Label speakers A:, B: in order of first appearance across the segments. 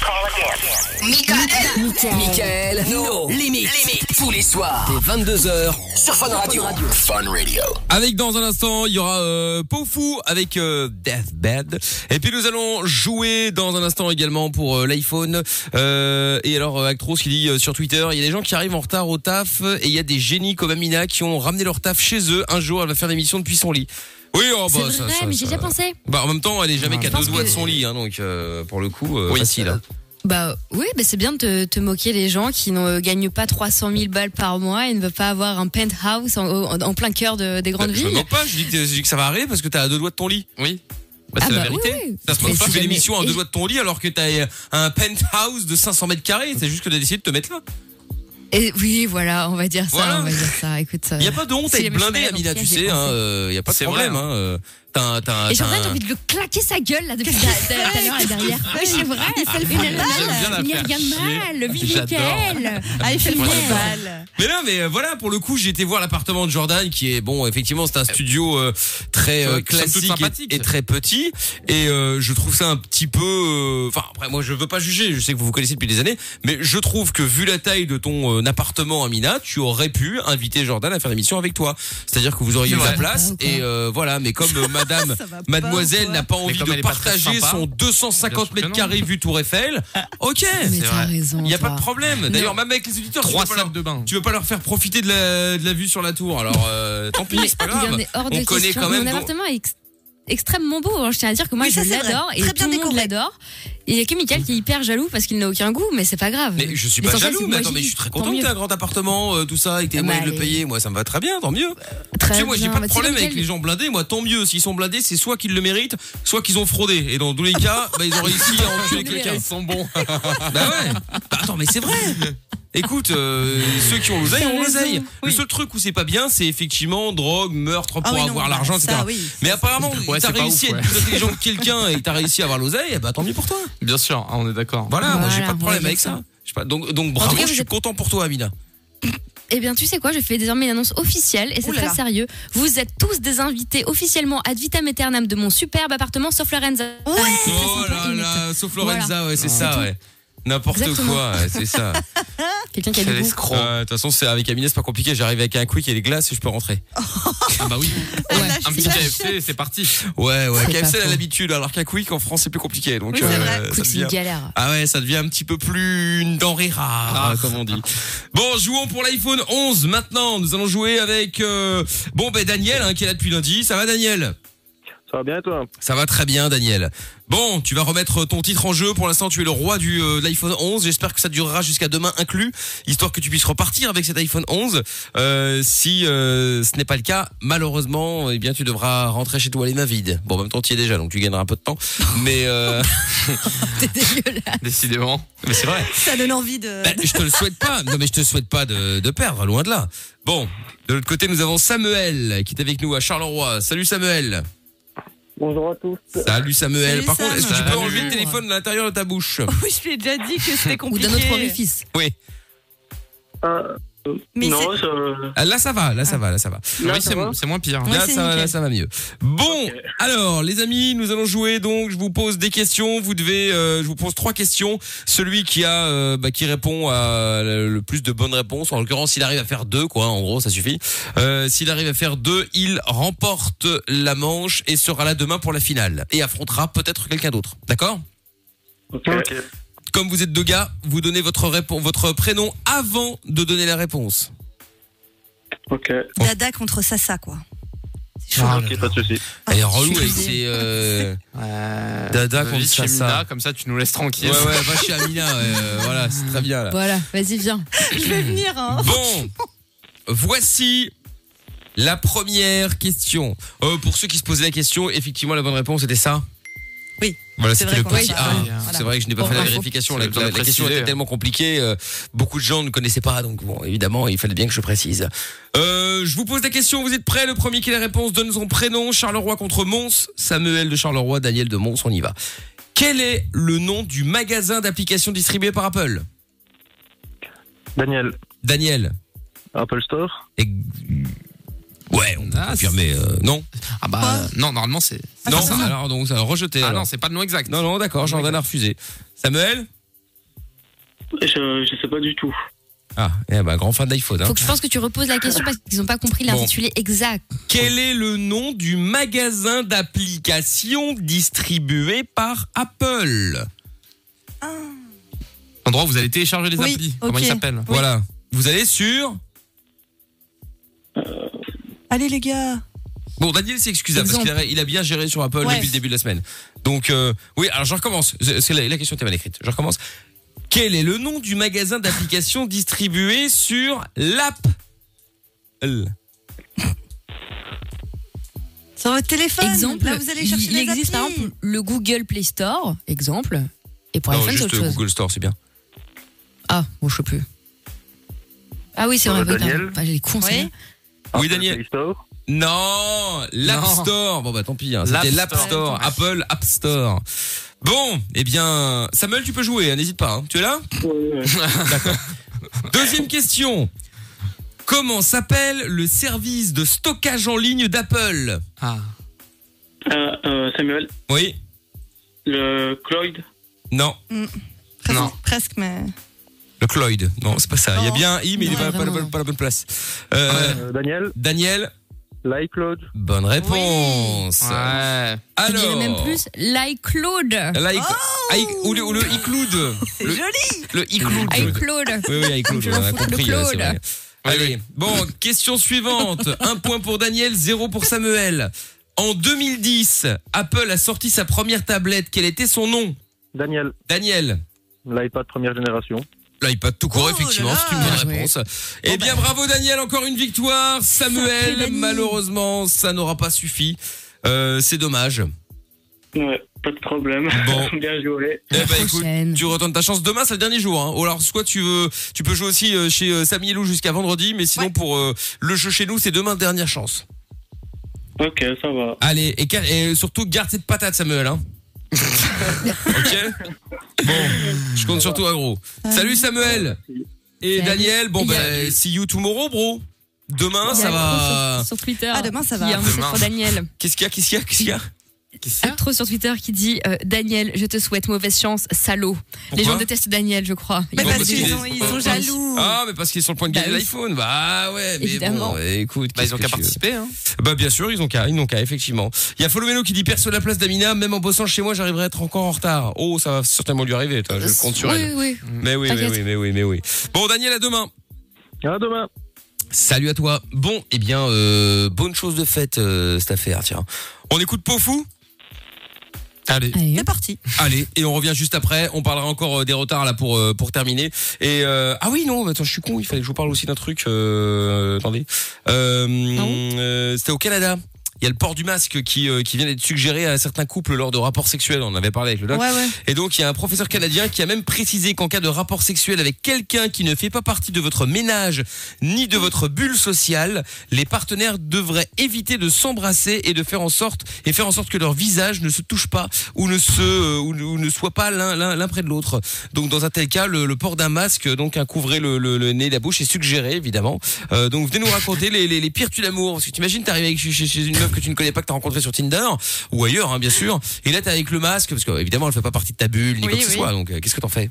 A: call again.
B: Michael.
C: Michael, no, limite, tous les soirs, dès 22h, sur Fun Radio. Fun Radio.
D: Avec dans un instant, il y aura euh, Pofou avec euh, Deathbed. Et puis nous allons jouer dans un instant également pour euh, l'iPhone. Euh, et alors euh, Actros qui dit euh, sur Twitter, il y a des gens qui arrivent en retard au taf et il y a des génies comme Amina qui ont ramené leur taf chez eux. Un jour, elle va faire l'émission depuis son lit. Oui, oh,
E: C'est
D: bah,
E: vrai,
D: ça, ça,
E: mais
D: ça-
E: j'ai déjà pensé.
D: Bah en même temps, elle est jamais
E: Ouais.
D: qu'à
E: Je pense
D: deux doigts de
E: que-
D: son lit, hein, donc euh, pour le coup, euh,
F: Oui,
D: facile. hein.
E: Bah oui, bah, c'est bien de te, te moquer des gens qui ne gagnent pas 300 000 balles par mois et ne veulent pas avoir un penthouse en, en- en plein cœur de- des grandes
D: Bah, Je me
E: villes.
D: moque pas, je dis, que, je dis que ça va arriver parce que t'as à deux doigts de ton lit. Oui.
E: Ah bah oui, oui.
D: Ça se
E: Mais
D: passe pas,
E: si
D: tu fais
E: jamais-
D: l'émission à
E: Et-
D: deux doigts de ton lit alors que t'as euh, un penthouse de 500 mètres carrés. C'est juste que t'as décidé de te mettre là.
E: Et oui, voilà, on va dire ça,
D: Voilà.
E: on va dire ça. Écoute, euh.
D: Il y a pas de honte à être
E: si jamais je suis
D: blindé,
E: malade, en
D: Amina,
E: tout
D: tu
E: cas,
D: sais.
E: j'ai
D: hein,
E: pensé.
D: euh, Il y a pas de
F: C'est
D: problème.
F: vrai,
D: hein, euh, T'as un- t'as un-
E: Et j'ai
D: t'as
E: vraiment
D: un-
E: envie de le claquer sa gueule là depuis tout à l'heure et derrière.
G: Ouais, c'est
E: Ah,
G: vrai, il fait le
E: Il
G: fond
D: J'aime
E: regarde
D: bien la
E: mal, il
D: faire
E: regarde
D: chier.
E: mal, vive
D: J'adore.
E: Michael.
G: Ah, il fait le
E: Ouais.
G: bal.
D: Mais non, mais euh, voilà, pour le coup, j'ai été voir l'appartement de Jordan, qui est bon, effectivement, c'est un studio euh, très euh,
F: Somme toute
D: classique
F: sympathique.
D: et, et très petit, et euh, je trouve ça un petit peu. euh, Enfin, après, moi, je veux pas juger. Je sais que vous vous connaissez depuis des années, mais je trouve que vu la taille de ton euh, appartement, Amina, tu aurais pu inviter Jordan à faire l'émission avec toi. C'est-à-dire que vous auriez eu
F: C'est
D: la
F: vrai.
E: Ah,
D: place, et euh, voilà. Mais comme euh, Madame,
G: Ça va pas,
D: Mademoiselle
G: quoi.
D: n'a pas envie
F: comme elle
D: de
F: est pas très
D: partager
F: sympa,
D: son
F: bien sûr
D: 250
F: que
D: mètres
F: non.
D: carrés vue Tour Eiffel, ok.
E: Ah, Mais
D: c'est
E: t'as
D: vrai.
E: raison.
D: Il n'y a pas de
E: toi.
D: problème. D'ailleurs, même avec les auditeurs, tu
F: Trois
D: peux pas leur-
F: salles de bain.
D: tu veux pas leur faire profiter de la, de la vue sur la tour, alors euh, tant pis,
E: Mais
D: c'est pas
E: il en
D: grave.
E: est hors
D: On
E: de
D: connaît
E: question.
D: quand même,
E: Mon
D: donc-
E: appartement est ex- extrêmement beau. hein. Je tiens à dire que moi,
G: Oui, ça,
E: je
G: c'est vrai.
E: l'adore et
G: Très
E: tout
G: bien
E: le monde
G: décoré.
E: l'adore. Et il y a que Michael qui est hyper jaloux parce qu'il n'a aucun goût, mais c'est pas grave.
D: Mais je suis pas
E: L'essentiel,
D: jaloux,
E: c'est
D: mais
E: que moi,
D: attends,
E: j'y
D: mais je
E: vis.
D: suis très hein.
E: Tant
D: content que
E: mieux.
D: t'aies un grand appartement, euh, tout ça, et que t'aies les
E: Bah,
D: moyens de le
E: et-
D: payer. Moi, ça me va très bien, tant mieux. Tu
E: Très
D: sais, moi, j'ai
E: bien.
D: pas de
E: Bah, tu sais,
D: problème avec
E: Michael,
D: les gens blindés. Moi, tant mieux. S'ils sont blindés, c'est soit qu'ils le méritent, soit qu'ils ont fraudé. Et dans tous les cas, bah, ils ont réussi à enculer quelqu'un.
F: Ils sont bons.
D: Bah ouais. Bah attends, mais c'est vrai. Écoute, euh, ceux qui ont l'oseille
E: T'as
D: ont l'oseille.
E: raison.
D: Le seul truc où c'est pas bien, c'est effectivement drogue, meurtre pour
G: Ah oui, non,
D: avoir
G: bah,
D: l'argent,
G: ça,
D: etc.
G: oui.
D: mais apparemment,
F: Ouais,
D: t'as
F: c'est pas
D: réussi
F: ouf,
D: à être
F: ouais.
D: plus intelligent que quelqu'un et que t'as réussi à avoir l'oseille, eh bah tant mieux pour toi.
F: Bien sûr, hein, on est d'accord.
D: Voilà, moi j'ai
E: Voilà,
D: pas de
E: on
D: problème
E: va
D: avec
E: dire
D: ça.
E: ça.
D: Je sais pas, donc, donc bravo,
E: tout cas,
D: je
E: vous
D: suis
E: êtes-
D: content pour toi, Amina.
E: Eh bien, tu sais quoi, je fais désormais une annonce officielle et c'est
G: Ouh là
E: très
G: là.
E: sérieux. Vous êtes tous des invités officiellement ad vitam aeternam de mon superbe appartement, sauf Lorenza. Ah,
G: Ouais.
E: C'est très
D: Oh
E: sympa,
D: là
E: il m'étonne.
D: là, sauf Lorenza, ouais, c'est
F: C'est
D: ça, ouais. N'importe
E: Exactement.
D: quoi, ouais, c'est ça.
E: Quelqu'un qui a du goût.
D: Ouais, Euh, De toute façon, c'est avec Amina, c'est pas compliqué. J'arrive avec un quick et des glaces et je peux rentrer.
F: Ah bah oui.
E: Ouais.
F: Un petit KFC, c'est parti.
D: Ouais, ouais.
E: C'est
D: KFC
E: pas
D: elle a
E: faux.
D: l'habitude, alors qu'un quick en France c'est plus compliqué. Donc, euh,
G: Oui, c'est vrai.
D: ça
E: Écoute, c'est
D: devient-
E: une galère.
D: Ah ouais, ça devient un petit peu plus une denrée rare,
F: Ah.
D: comme on dit. Bon, jouons pour l'iPhone 11 maintenant. Nous allons jouer avec euh, bon ben Daniel hein, qui est là depuis lundi. Ça va Daniel
H: Ça va bien et toi
D: Ça va très bien Daniel. Bon, tu vas remettre euh, ton titre en jeu. Pour l'instant, tu es le roi du euh, de l'iPhone 11. J'espère que ça durera jusqu'à demain inclus, histoire que tu puisses repartir avec cet iPhone 11. Euh, si euh, ce n'est pas le cas, malheureusement, eh bien tu devras rentrer chez toi les mains vides. Bon, en même temps, tu y es déjà, donc tu gagneras un peu de temps. Mais euh,
E: C'est dégueulasse.
F: Décidément.
D: mais c'est vrai.
G: Ça donne envie de.
D: Ben, je te le souhaite pas. Non, mais je te souhaite pas de, de perdre, loin de là. Bon, de l'autre côté, nous avons Samuel qui est avec nous à Charleroi. Salut Samuel.
H: Bonjour à tous.
D: Salut Samuel.
G: Salut
D: Par contre, est-ce que tu
F: Sam.
D: peux enlever le
F: Salut.
D: téléphone de l'intérieur de ta bouche
G: Oui, je lui ai déjà dit que c'était
E: Ou
G: compliqué.
E: d'un autre orifice.
D: Oui.
H: Euh,
G: Mais
H: non,
G: c'est-
H: je...
D: Ah, Là, ça va, là, ça va, là, ça va.
H: Là,
F: oui,
H: ça
F: c'est
H: va
F: c'est moins pire.
G: Ouais,
D: Là,
G: c'est
D: ça, va,
G: nickel.
D: là, ça va mieux. Bon,
H: Ok.
D: alors, les amis, nous allons jouer. Donc, je vous pose des questions. Vous devez, euh, je vous pose trois questions. Celui qui a, euh, bah, qui répond à le le plus de bonnes réponses. En l'occurrence, s'il arrive à faire deux, quoi. hein, En gros, ça suffit. Euh, s'il arrive à faire deux, il remporte la manche et sera là demain pour la finale et affrontera peut-être quelqu'un d'autre. D'accord
H: Ok.
D: Comme vous êtes deux gars, vous donnez votre réponse, votre prénom avant de donner la réponse.
H: Ok.
G: Dada contre Sassa, quoi. Ah,
H: Ok, pas de soucis.
D: Elle est relou
E: Ah, je
D: avec
E: suis
D: ses, euh,
F: Euh,
D: Dada
F: vas-y,
D: contre
F: chez
D: Sasa.
F: Mina, Comme ça, tu nous laisses
D: Ouais,
F: tranquille.
D: ouais, va chez Amina. euh, voilà, c'est très bien là.
E: Voilà, vas-y, viens.
G: Je vais venir, hein.
D: Bon, voici la première question. Euh, pour ceux qui se posaient la question, effectivement, la bonne réponse était ça.
G: Oui,
D: Voilà,
G: c'est
D: c'était le
G: vrai qu'on
D: petit
G: l'a
D: A.
G: pas.
F: Oui,
G: voilà.
D: C'est vrai que je n'ai pas
E: Pour
D: fait la
E: info.
D: vérification. La,
F: C'est bien
D: la- la
F: de
D: question
F: préciser,
D: était
F: hein.
D: tellement compliquée, euh, beaucoup de gens ne connaissaient pas, donc bon, évidemment, il fallait bien que je précise. Euh, je vous pose la question. Vous êtes prêts Le premier qui a la réponse donne son prénom. Charleroi contre Mons. Samuel de Charleroi, Daniel de Mons. On y va. Quel est le nom du magasin d'applications distribué par Apple
H: Daniel,
D: Daniel.
H: Apple Store
D: Et- Ouais, on peut
F: Ah,
D: confirmer. euh, non.
F: Ah bah euh, non, normalement c'est.
D: non,
F: c'est ça.
D: alors donc ça a rejeté.
F: Ah
D: alors.
F: non, c'est pas le nom exact.
D: non, non, d'accord, Jordan a refusé. Samuel
H: Je, je sais pas du tout.
D: Ah, eh ben, grand fan d'iPhone. hein.
E: Faut que je pense que tu reposes la question parce qu'ils n'ont pas compris l'intitulé exact.
D: Quel est le nom du magasin d'applications distribué par Apple
F: L'endroit où vous allez télécharger les
G: Oui,
F: applis. Comment
G: ok.
F: il s'appelle
D: Voilà. Vous allez sur.
G: Allez les gars.
D: Bon, Daniel s'est excusable parce
E: Exemple.
D: qu'il a, il a bien géré sur Apple
G: Ouais.
D: depuis le début de la semaine. Donc, euh, oui, alors je recommence. C'est c'est la, la question était mal écrite. Je recommence. Quel est le nom du magasin d'applications distribué sur l'app L
G: Sur votre téléphone.
E: exemple,
G: Là, Bah, vous allez
E: il-
G: chercher
E: il,
G: les
E: existe par
G: applis.
E: exemple le Google Play Store, exemple. Et pour
D: Non,
E: iPhone, c'est
D: juste
E: autre chose.
D: Google Store, c'est bien.
E: Ah, bon, je sais plus. Ah oui, c'est
H: Euh,
E: vrai. oui,
H: Daniel
E: pardon. Bah, j'ai des cons, c'est
G: Oui.
E: bien.
D: Oui,
H: Apple
D: Daniel.
H: Play Store.
D: Non, l'App
F: Non.
D: Store. Bon bah tant pis. hein.
F: L'App
D: C'était l'App
F: Store.
D: Store, Apple App Store. Bon, eh bien, Samuel, tu peux jouer. hein, N'hésite pas. hein. Tu es là
H: Ouais, ouais.
D: Deuxième question. Comment s'appelle le service de stockage en ligne d'Apple
F: Ah.
H: Euh, euh, Samuel,
D: Oui.
H: le Cloyd.
D: Non.
G: Presque-
F: Non.
G: Presque, mais.
D: Le Cloyd. Non, c'est pas ça. Il y a
G: Non.
D: bien un i, mais il est
E: Ouais,
D: pas, pas la
E: vraiment,
D: bonne-
E: non.
D: pas la bonne place. Euh,
H: Euh, Daniel,
D: Daniel,
H: l'iCloud.
D: bonne réponse.
F: Ouais.
E: Je dirais
D: Alors. Ah,
E: même plus Oh l'iCloud.
D: l'iC- iC- ou le, ou le iCloud.
G: C'est
D: Le-
G: joli.
D: Le iCloud.
E: iCloud.
D: Oui, oui, iCloud,
E: Je
D: on
E: m'en
D: a
E: fous de
D: compris.
E: Claude.
D: ouais, c'est vrai.
F: Oui,
D: Allez, bon, question suivante. Un point pour Daniel, zéro pour Samuel. En 2010, Apple a sorti sa première tablette. Quel était son nom
H: Daniel,
D: Daniel.
H: l'iPad première génération.
D: L'iPad tout court,
G: Oh là
D: effectivement,
G: là. bah.
D: c'est une bonne
E: Bien
D: réponse. Eh bien, bravo Daniel, encore une victoire.
G: Sacré
D: Samuel,
G: Dani.
D: malheureusement, ça n'aura pas suffi. Euh, c'est dommage.
H: Ouais, pas de problème.
D: Bon.
H: Bien joué.
D: Eh
E: La
D: ben, écoute,
E: prochaine.
D: tu retournes ta chance demain, c'est le dernier jour. Hein. Ou alors soit tu veux, tu peux jouer aussi euh, chez euh, Samy et Lou jusqu'à vendredi, mais sinon pour euh, le jeu chez nous, c'est demain dernière chance.
H: Ok, ça va.
D: Allez, et, cal- et surtout garde cette patate, Samuel. Hein. ok. Bon, je compte sur toi, gros. Salut Samuel et
E: Salut.
D: Daniel. Bon
E: Il y
D: ben,
E: a-
D: see you tomorrow, bro. Demain,
E: Il y a
D: ça
E: un gros
D: va.
E: Sur, sur Twitter.
G: Ah, demain, ça va.
E: Il y a un message
F: Demain.
E: pour Daniel.
D: Qu'est-ce qu'il y a Qu'est-ce qu'il y a Qu'est-ce qu'il y a Ah.
E: Actro sur Twitter qui dit euh, Daniel, je te souhaite mauvaise chance, salaud. Les
D: Pourquoi
E: gens détestent Daniel, je crois. Il
G: Mais
E: y a
G: Bah,
D: parce
G: parce
E: des-
D: qu'il
G: qu'ils
D: est-
G: ont- ils sont jaloux.
D: Ah, mais parce qu'ils sont sur le point de
E: Bah
D: gagner
E: oui.
D: l'iPhone. Bah ouais, mais
E: Évidemment.
D: bon, écoute.
F: Bah,
D: qu'est-ce
F: ils ont
D: que
F: qu'à
D: tu veux
F: participer, hein.
D: Bah bien sûr, ils ont qu'à, ils n'ont qu'à effectivement. Il y a Folomeno qui dit perso la place d'Amina, même en bossant chez moi, j'arriverai à être encore en retard. Oh, ça va certainement lui arriver, toi, je compte sur
E: oui,
D: elle.
E: oui.
D: Mais oui, mais
E: Euh, T'inquiète.
D: oui, mais oui, mais oui. Bon, Daniel, à demain.
H: À demain.
D: Salut à toi. Bon, eh bien, euh, bonne chose de faite euh, cette affaire, tiens. On écoute Pofou Allez.
E: Allez.
G: C'est parti.
D: Allez, et on revient juste après. On parlera encore euh, des retards là pour euh, pour terminer. Et euh, ah oui non, attends, je suis con. Il fallait que je vous parle aussi d'un truc. euh, attendez, Euh, euh, c'était au Canada. Il y a le port du masque qui euh, qui vient d'être suggéré à certains couples lors de rapports sexuels. On en avait parlé avec le doc.
G: Ouais, ouais.
D: Et donc, il y a un professeur canadien qui a même précisé qu'en cas de rapport sexuel avec quelqu'un qui ne fait pas partie de votre ménage ni de votre bulle sociale, les partenaires devraient éviter de s'embrasser et de faire en sorte et faire en sorte que leur visage ne se touche pas ou ne se euh, ou, ne- ou ne soit pas l'un l'un l'un près de l'autre. Donc, dans un tel cas, le, le port d'un masque, donc un couvrir le, le, le nez, et la bouche, est suggéré évidemment. Euh, donc, venez nous raconter les, les, les pires tu d'amour. Parce que t'imagines, t'arrives avec- chez, chez- chez une meuf que tu ne connais pas que t'as rencontrée sur Tinder ou ailleurs, hein, bien sûr. Et là, t'es avec le masque, parce que évidemment, elle fait pas partie de ta bulle, ni
G: Oui,
D: quoi que ce
G: oui.
D: soit. Donc, euh, qu'est-ce que t'en fais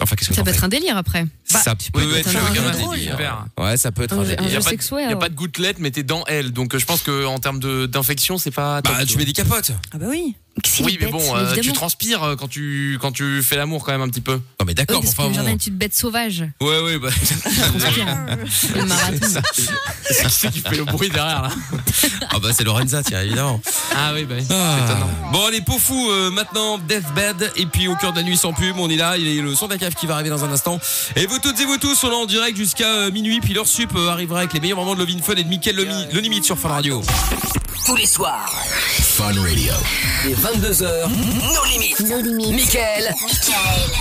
D: Enfin, qu'est-ce que
E: Ça
D: t'en
E: peut
D: fais
E: être un délire après.
G: Bah,
D: Ça peut
F: Bah, peux
D: être
F: être un
D: un
F: jeu
D: délire.
F: drôle. Super.
D: Ouais, ça peut être
E: Un
D: un
E: jeu- un
D: délire.
F: y
E: jeu
F: a pas de-
E: sexuel.
F: Il a pas de gouttelette, mais t'es dans elle. Donc, euh, je pense qu'en termes de- d'infection, c'est pas. top,
D: Bah,
F: tu
D: tu
F: vois.
D: mets des capotes.
G: Ah, bah oui.
E: Qu'est-ce qu'il
F: Oui,
E: est
F: mais
E: bête,
F: bon, euh, tu
E: évidemment.
F: transpires euh, quand tu, quand tu fais l'amour quand même un petit peu.
D: Non, mais
E: Oui,
D: d'accord, mais
E: parce que
D: enfin
E: Jordan
D: bon.
E: est une bête sauvage.
D: Ouais, ouais, bah.
E: Le marathon.
F: C'est qui c'est qui fait le bruit derrière là
D: Ah, bah, c'est Lorenza, tiens, évidemment.
F: Ah oui, bah oui.
D: Ah.
F: étonnant.
D: Bon, allez, peau fou, euh, maintenant, Deathbed, et puis au cœur de la nuit sans pub, on est là, il y a le son de la cave qui va arriver dans un instant. Et vous toutes et vous tous, on est en direct jusqu'à euh, minuit, puis l'heure sup euh, arrivera avec les meilleurs moments de Lovin Fun et de Mickaël Lomi- Le Limite sur Fun Radio.
C: Tous les soirs. Fun Radio. Les 22h. Nos limites. Nos limites. Michael.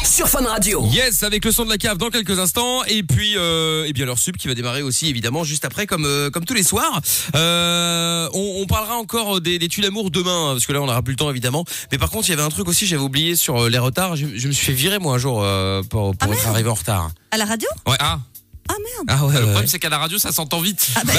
C: Sur Fun Radio.
D: Yes, avec le son de la cave dans quelques instants et puis euh, et bien leur sub qui va démarrer aussi évidemment juste après comme euh, comme tous les soirs. Euh, on, on parlera encore euh, des, des tuiles d'amour demain hein, parce que là on n'aura plus le temps évidemment. Mais par contre il y avait un truc aussi j'avais oublié sur euh, les retards. Je, je me suis fait virer moi un jour euh, pour, pour être arrivé en retard.
G: À la radio
D: Ouais. Ah.
G: Ah merde.
D: Ah ouais,
F: Le
D: ouais,
F: problème,
D: ouais.
F: c'est qu'à la radio, ça s'entend vite.
D: Bah,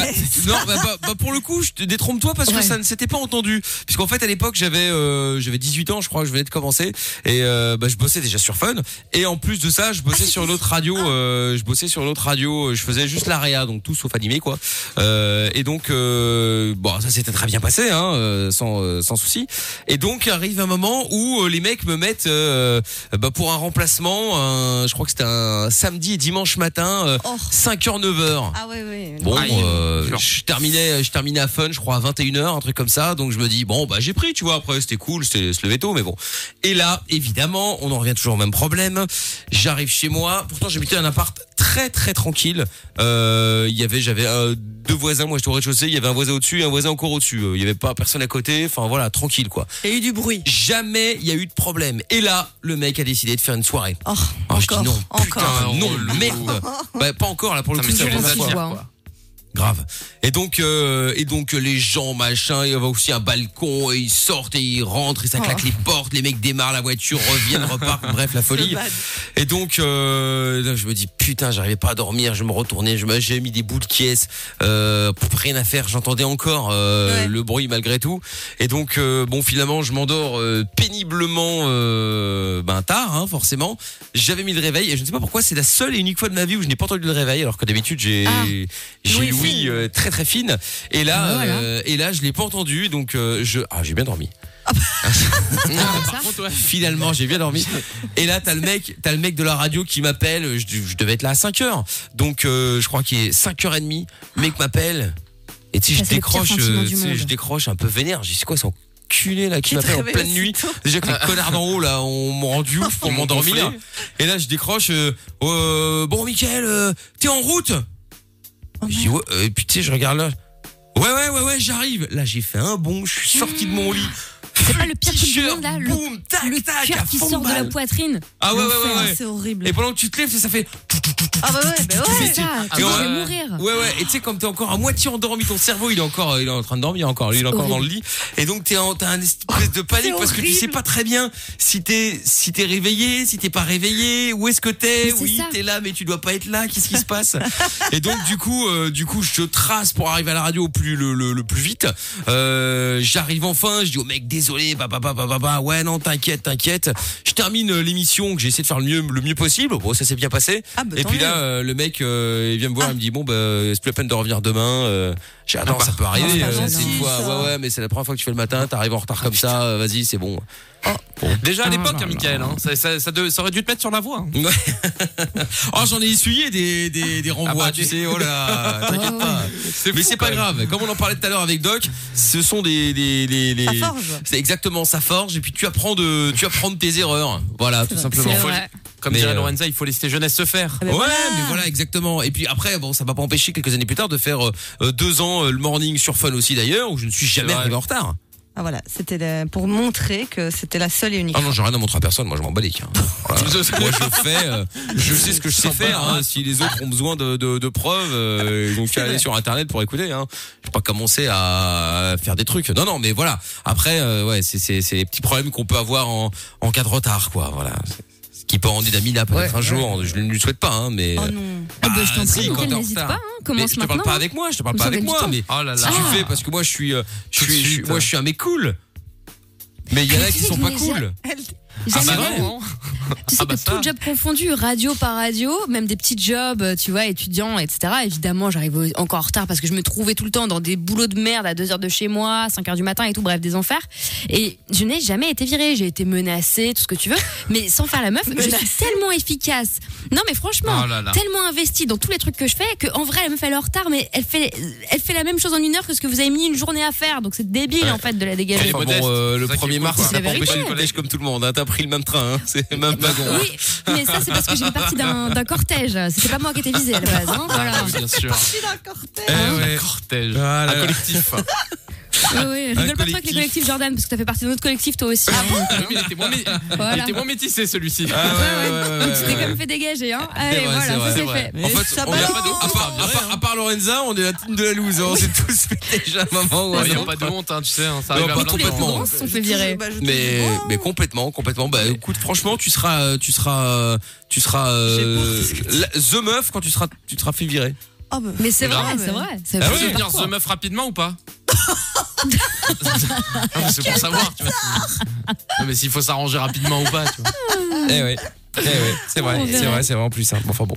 D: non, bah, bah, bah, pour le coup, je te détrompe-toi parce que
E: Ouais.
D: ça ne s'était pas entendu. Puisqu'en fait, à l'époque, j'avais euh, j'avais 18 ans, je crois, je venais de commencer et euh, bah, je bossais déjà sur Fun et en plus de ça, je bossais sur l'autre radio, euh, je bossais sur l'autre radio, euh, je faisais juste la réa donc tout sauf animé quoi. Euh, et donc euh, bon, ça s'était très bien passé hein, euh, sans euh, sans souci. Et donc arrive un moment où euh, les mecs me mettent euh, bah, pour un remplacement, un- je crois que c'était un samedi et dimanche matin euh,
G: Oh.
D: 5h 9h.
G: Ah ouais, ouais.
D: Bon,
F: Aïe,
D: euh,
F: dur.
D: je terminais, je terminais à fun, je crois à 21h, un truc comme ça. Donc je me dis bon bah j'ai pris, tu vois. Après c'était cool, c'était se lever tôt, mais bon. Et là, évidemment, on en revient toujours au même problème. J'arrive chez moi. Pourtant j'habitais un appart très très tranquille. Euh, Il y avait, j'avais euh, deux voisins. Moi j'étais au rez-de-chaussée. Il y avait un voisin au-dessus, et un voisin encore au-dessus. Euh, Il y avait pas personne à côté. Enfin voilà, tranquille quoi.
G: Il y a eu du bruit.
D: Jamais il y a eu de problème. Et là, le mec a décidé de faire une soirée.
G: Oh,
D: Ah, je dis
G: encore.
D: non,
G: encore.
D: putain,
F: Encore.
D: non, merde. Bah, pas encore là pour le coup.
F: Putain, mais
D: c'est
F: ça,
D: la
E: on
D: première
E: se
D: fois.
E: voit, hein.
D: Grave. Et donc, euh, et donc euh, les gens, machin, il y avait aussi un balcon, et ils sortent et ils rentrent, et ça claque les portes, les mecs démarrent la voiture, reviennent, repartent, bref, la folie.
G: bad.
D: Et donc, euh, là, je me dis, putain, j'arrivais pas à dormir, je me retournais, je me- j'ai mis des bouts de caisse, euh, pff, rien à faire, j'entendais encore euh,
G: Ouais.
D: le bruit malgré tout. Et donc, euh, bon, finalement, je m'endors euh, péniblement, euh, ben tard, hein, forcément. J'avais mis le réveil, et je ne sais pas pourquoi, c'est la seule et unique fois de ma vie où je n'ai pas entendu le réveil, alors que d'habitude, j'ai
E: Ah.
D: j'ai
E: Louis
D: l'ouïe
E: fine.
D: euh, très très fine. Et là,
E: Ah, voilà.
D: euh, et là, je l'ai pas entendu, donc euh, je ah j'ai bien dormi.
E: Ah, ça.
F: Par contre, ouais.
D: Finalement, j'ai bien dormi. Et là, t'as le mec, t'as le mec de la radio qui m'appelle. Je, je devais être là à 5 heures, donc euh, je crois qu'il est 5 h et demie. Le mec m'appelle. Et tu sais,
E: Ça,
D: je
E: c'est le pire
D: décroche,
E: sentiment
D: euh,
E: du
D: tu sais,
E: monde.
D: je décroche un peu vénère. J'ai dit, c'est quoi son culé là
G: Qui
D: qui
G: te
D: m'appelle en
G: réveille
D: pleine
G: aussitôt.
D: nuit Déjà que les connards d'en haut là, on m'ont rendu ouf pour
F: Ils m'ont
D: m'endormir.
F: gonflé.
D: Et là, je décroche. euh, Euh, bon, Michael, euh, t'es en route
G: Oh,
D: Je dis ouais. euh, Et puis tu sais, je regarde là. Ouais, ouais, ouais, ouais, j'arrive. Là, j'ai fait un bond. Je suis sorti de mon lit.
E: C'est pas le pire truc du
D: T-shirt,
E: monde, là, le-
D: Boum, tac,
E: Le
D: tac, à
E: cœur qui
D: fond de
E: sort de la
D: balle.
E: poitrine.
D: Ah ouais, ouais,
G: L'enfer,
D: ouais, ouais.
G: C'est horrible.
D: Et pendant que tu te lèves, ça fait.
G: Ah bah ouais, bah ouais.
E: C'est ça,
D: Ah
E: tu
D: ouais.
E: vas mourir.
D: Ouais, ouais. Et tu sais, comme t'es encore à moitié endormi, ton cerveau, il est encore, il est en train de dormir encore, il est encore dans le lit. Et donc, t'es en, t'as un espèce
E: Oh,
D: de panique
G: c'est
D: parce que tu
G: horrible.
D: sais pas très bien si t'es, si t'es réveillé, si t'es pas réveillé, où est-ce que
E: Mais
D: t'es,
E: c'est
D: oui,
E: ça.
D: t'es là, mais tu dois pas être là, qu'est-ce qui se passe? Et donc, du coup, euh, du coup, je trace pour arriver à la radio au plus, le, le, le plus vite. Euh, j'arrive enfin, je dis au mec, désolé, papa, papa, papa, ouais, non, t'inquiète, t'inquiète. Je termine euh, l'émission que j'ai essayé de faire le mieux, le mieux possible. Bon, ça s'est bien passé.
G: Ah bah,
D: Et
G: tant
D: puis
G: mieux. Ah.
D: là, euh, le mec, euh, il vient me voir, il me dit bon, bah, c'est plus la peine de revenir demain. Euh, j'ai dit, ah non, ça
G: c'est
D: peut arriver.
G: pas
D: euh,
G: gentil,
D: c'est une fois,
G: ça.
D: ouais, ouais, mais c'est la première fois que tu fais le matin, t'arrives en retard comme ça. euh, Vas-y, c'est bon.
F: Déjà à l'époque,
D: là
F: hein, Michael, hein, ça, ça, ça, de- ça aurait dû te mettre sur la voie. hein.
D: Ouais. oh, j'en ai essuyé des des, des renvois,
F: Ah bah,
D: tu
F: des-
D: sais. Oh là,
G: Ah
D: t'inquiète pas. mais
F: fou,
D: c'est
F: quand
D: pas
F: même.
D: grave. Comme on en parlait tout à l'heure avec Doc, ce sont des des des. des-
G: Ça forge.
D: C'est exactement ça forge. Et puis tu apprends de tu apprends de tes erreurs. Voilà, tout simplement.
E: C'est
F: Faut-
E: vrai.
F: Comme
D: Mais,
F: dirait
D: euh,
F: Lorenza, il faut laisser jeunesse se faire.
G: Ah bah
D: ouais,
G: voilà.
D: mais voilà, exactement. Et puis après, bon, ça m'a pas empêché quelques années plus tard de faire euh, euh, deux ans euh, le morning sur Fun aussi d'ailleurs, où je ne suis jamais
F: vrai.
D: arrivé en retard.
G: Ah voilà, c'était la- pour montrer que c'était la seule et unique.
D: Ah non, j'ai rien à montrer à personne, moi je m'en bats les couilles, hein. Voilà. Moi je fais, euh, je sais ce que je sais faire. hein. si les autres ont besoin de, de, de preuves, euh, ils vont qu'à aller sur internet pour écouter. Hein. Je vais pas commencer à faire des trucs. Non, non, mais voilà. Après, euh, ouais, c'est c'est c'est les petits problèmes qu'on peut avoir en en cas de retard, quoi. Voilà. Ce qui peut rendre Damina peut-être un jour. Je ne lui souhaite pas, hein, mais.
G: Oh non.
E: Ah bah, je t'en
D: Bah,
E: prie,
D: si, quand
E: Mickaël,
D: t'es en
E: n'hésite
D: retard.
E: pas. hein,
D: Mais
E: Commence
D: je te parle
E: maintenant.
D: pas avec moi, je te parle
E: Vous
D: pas
E: avez
D: avec
E: du
D: moi,
E: temps.
D: mais
F: Oh là là.
D: si tu
E: Ah.
D: fais parce que moi je suis euh, je
F: Tout de
D: suis je suis-
F: suite.
D: moi je suis un mec cool. Mais il y en a qui sont pas
E: Mais j'ai-
D: cool.
G: Elle-
E: J'aime
D: bah
E: bien.
D: non.
E: Tu sais
F: Ah bah
E: que
F: ça.
E: tout job confondu, radio par radio, même des petits jobs, euh, tu vois, étudiants, etc. Évidemment, j'arrive au- encore en retard parce que je me trouvais tout le temps dans des boulots de merde à 2 heures de chez moi, 5 heures du matin et tout, bref, des enfers. Et je n'ai jamais été virée, j'ai été menacée, tout ce que tu veux, mais sans faire la meuf, je suis tellement efficace. Non, mais franchement,
F: Oh là là.
E: tellement investie dans tous les trucs que je fais que en vrai, la meuf, elle est en retard, mais elle fait, elle fait la même chose en une heure que ce que vous avez mis une journée à faire, donc c'est débile en fait de la dégager.
F: Elle est
D: Enfin,
F: modeste,
D: bon, euh, le
F: c'est ça qui est
D: 1er
F: cool,
D: mars,
F: quoi.
D: ça
E: C'est
D: n'a
E: la
D: pas empêché le
E: vérité.
D: collège comme tout le monde. Hein. T'as pris le même train, hein. c'est même wagon. hein.
E: Oui, mais ça c'est parce que j'ai fait partie d'un d'un cortège. C'était pas moi qui étais visée à la base. hein, voilà.
F: Ah, oui, bien sûr.
G: Je suis d'un cortège.
F: Eh
D: Hein
F: ouais. Un cortège.
D: Ah là
F: un
D: là.
F: collectif.
E: oui. Rigole pas trop avec les collectifs, Jordan, parce que t'as fait partie de notre collectif, toi aussi. hein.
F: Oui, Ah, mais il était moins, mé-
E: Voilà.
F: il était moins métissé celui-ci.
D: Ah
E: Donc, tu t'es comme fait dégager, hein.
D: C'est
E: Allez,
D: vrai, c'est
E: voilà,
D: vrai,
E: ça
D: c'est
E: c'est
D: vrai.
E: fait.
D: En fait,
G: ça
D: on est- à,
G: balance.
D: part, hein. à, part, à part Lorenza, on est la team de la loose. hein. On s'est tous fait déjà un moment. où
F: Il
D: on
F: n'y
D: s'en
F: a pas de
D: parle.
F: honte, hein, tu sais, hein, ça
D: Non,
F: arrive à
D: pas
F: plein de
D: complètement.
F: gens.
E: On se fait virer.
G: Bah, je te
D: Mais,
G: dis, oh.
D: mais complètement, complètement. Bah écoute, franchement, tu seras, euh, tu seras, euh, tu seras euh,
G: J'ai peur.
D: la- the meuf quand tu seras, tu te seras fait virer.
G: Oh, bah.
E: Mais c'est
F: C'est
E: vrai,
G: grave.
E: c'est vrai. Ça
D: Ah
E: fait
F: Tu peux
D: oui.
E: partie du
F: devenir The
E: parcours.
F: Meuf rapidement ou pas Non, mais C'est pour savoir, tu vois. Non, mais s'il faut s'arranger rapidement ou pas, tu vois.
D: Eh ouais. Eh ouais, c'est vrai,
E: On verra.
D: c'est vrai, c'est vraiment plus simple. Enfin bon.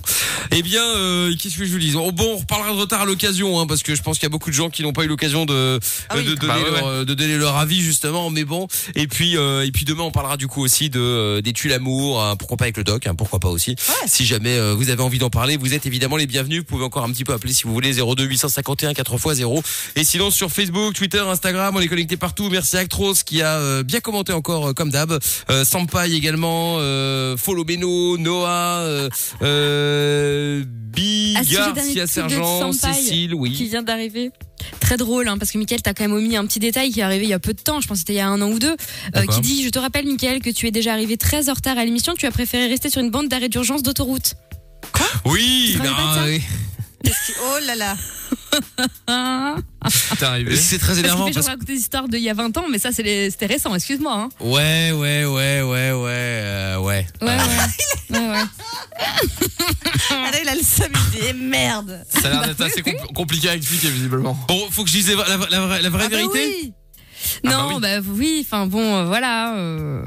D: Eh bien, euh, qu'est-ce que je vous dis Oh, Bon, on reparlera de retard à l'occasion, hein, parce que je pense qu'il y a beaucoup de gens qui n'ont pas eu l'occasion de,
G: Ah
D: euh,
G: oui.
D: de, donner
F: Bah ouais,
D: leur, euh, de donner leur avis justement. Mais bon. Et puis, euh, et puis demain, on parlera du coup aussi de euh, des tuiles amour. hein, pourquoi pas avec le doc hein, Pourquoi pas aussi
G: Ouais.
D: Si jamais euh, vous avez envie d'en parler, vous êtes évidemment les bienvenus. Vous pouvez encore un petit peu appeler si vous voulez 02 851 4x0. Et sinon sur Facebook, Twitter, Instagram, on est connecté partout. Merci à Actros qui a euh, bien commenté encore euh, comme d'hab. Euh, Sampai également, euh, Follow Beno, Noah, euh, euh,
E: À ce sujet,
D: Bigard,
E: dernier
D: Sia
E: truc de
D: Sergent,
E: Sampai
D: Cécile,
E: qui
D: oui.
E: vient d'arriver. Très drôle, hein, parce que Mickaël t'a quand même omis un petit détail qui est arrivé il y a peu de temps, je pense que c'était il y a un an ou deux, euh,
D: D'accord.
E: qui dit Je te rappelle, Mickaël, que tu es déjà arrivé très en retard à l'émission, tu as préféré rester sur une bande d'arrêt d'urgence d'autoroute.
D: Oui, ben,
E: Tu te rappelles pas de ça
D: oui.
G: Oh là là.
E: Hein
F: T'es arrivé.
D: c'est très
E: parce que
D: énervant
E: je
D: parce que
E: raconté des histoires d'il y a 20 ans, mais ça c'est les- c'était récent, excuse-moi. hein.
D: ouais, ouais, ouais, ouais, ouais, euh, ouais.
E: Ouais, ouais. ouais, ouais.
G: Ah là, il a le seum, il se dit, eh, merde.
F: Ça a l'air
E: Bah,
F: d'être assez compl- compliqué à expliquer, visiblement.
D: Bon, faut que je dise la, la- la vraie- la vraie
G: Ah bah
D: vérité.
G: oui.
F: Ah bah
E: non, bah oui, enfin bon, euh, voilà. euh.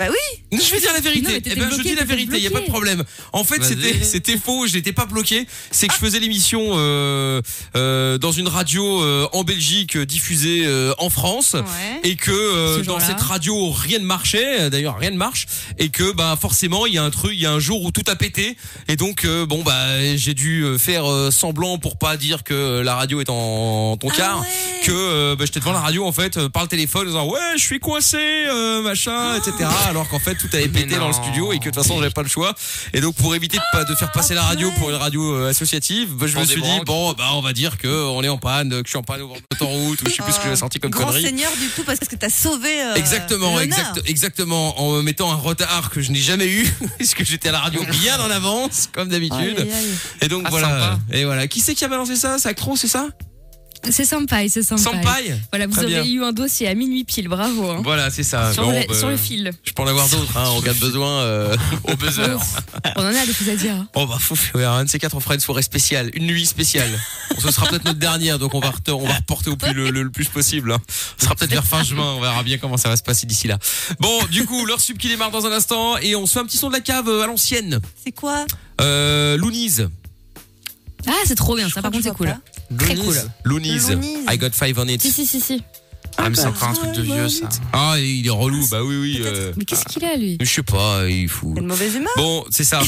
D: Non, Je vais dire la
E: Mais non,
D: vérité.
E: mais t'étais
D: Eh ben, je
E: bloqué,
D: dis la
E: t'étais
D: vérité, il n'y a pas de
E: bloqué.
D: problème. En fait,
F: Vas-y.
D: c'était c'était faux, je n'étais pas bloqué. C'est que je faisais l'émission euh, euh, dans une radio euh, en Belgique euh, diffusée euh, en France.
G: Ouais.
D: Et que euh,
E: Ce
D: dans
E: jour-là.
D: cette radio rien ne marchait, Euh, d'ailleurs rien ne marche, et que bah forcément il y a un truc, il y a un jour où tout a pété, et donc euh, bon bah j'ai dû euh, faire euh, semblant pour pas dire que euh, la radio est en ton quart,
G: ouais.
D: que euh, bah, j'étais devant la radio en fait euh, par le téléphone en disant ouais je suis coincé euh, machin etc alors qu'en fait tout avait
F: Mais
D: pété dans le
F: non.
D: studio et que de toute façon j'avais pas le choix et donc pour éviter de pas de faire passer la radio pour une radio euh, associative bah, je
F: Pour
D: me
F: des
D: suis dit
F: branques.
D: bon bah on va dire que on est en panne que je suis en panne au bord de l'autoroute ou je sais plus ce que j'ai sorti comme
G: Grand
D: connerie
G: seigneur du tout parce que t'as sauvé. euh,
D: Exactement,
G: l'honneur.
D: exact, exactement, en me mettant un retard que je n'ai jamais eu, puisque j'étais à la radio bien en avance, comme d'habitude.
G: Aïe, aïe.
D: Et donc
F: Ah,
D: voilà,
F: sympa.
D: et voilà. Qui c'est qui a balancé ça C'est Actron, c'est ça
E: C'est Sampai, c'est Sampai.
D: Sampaï
E: Voilà, vous
D: Très
E: avez
D: bien.
E: eu un dossier à minuit pile, bravo. hein.
D: Voilà, c'est ça.
E: Sur,
D: Bon,
E: le,
D: bah,
E: sur le fil.
D: Je peux en avoir d'autres, hein, en cas de besoin. Euh...
F: Au buzzer.
E: On en a des choses à dire.
D: Oh bah fou, ouais, un de ces quatre on fera une soirée spéciale, une nuit spéciale. Bon, ce sera peut-être notre dernière, donc on va, rete- on va reporter au plus le, le- le plus possible. hein. Ce sera peut-être vers fin juin, on verra bien comment ça va se passer d'ici là. Bon, du coup, l'heure sub qui démarre dans un instant et on se fait un petit son de la cave euh, à l'ancienne.
G: C'est quoi
D: Euh, Loonies.
E: Ah, c'est trop bien,
G: Je
E: ça
G: crois
E: par
G: que
E: contre
G: je
E: c'est
G: vois
E: cool.
G: pas.
E: Très
D: Loonies.
E: cool.
D: Loonies.
G: Loonies.
D: I got five on
E: Si,
D: it.
E: si, si, si.
F: Ah, mais c'est encore un truc de vieux, ça.
D: Ah, il est relou, bah oui, oui. euh,
E: Mais qu'est-ce qu'il a lui
D: je sais pas, il est fou.
G: T'as de mauvaise humeur
D: Bon, c'est ça.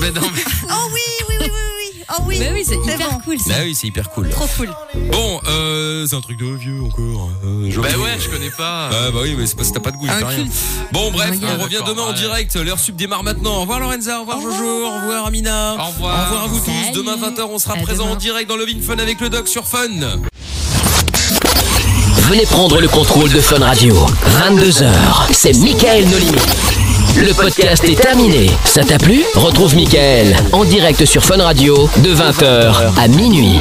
F: Mais Ben non, mais.
G: Oh oui, oui, oui, oui, oui. Oh oui.
E: Bah oui, c'est hyper
G: bon.
E: cool ça.
D: Bah oui, c'est hyper cool.
G: Trop cool.
D: Bon, euh, c'est un truc de vieux encore. Euh,
F: Bah
D: joli.
F: ouais, je connais pas.
D: Ah bah oui, mais c'est parce que t'as pas de goût, t'as rien.
E: culte.
D: Bon, bref,
E: Regarde.
D: on revient
F: D'accord,
D: demain en
F: ouais.
D: direct. L'heure sub démarre maintenant. Au revoir Lorenza, au revoir
G: Au
D: Jojo,
G: revoir.
D: au revoir Amina.
F: Au revoir.
D: à vous
E: Salut.
D: tous. Demain 20h, on sera
E: À
D: présent
E: demain.
D: en direct dans Love in Fun avec le doc sur Fun.
C: Venez prendre le contrôle de Fun Radio. 22h, c'est Michael Nolimi. Le podcast est terminé. Ça t'a plu Retrouve Michael en direct sur Fun Radio de 20h à minuit.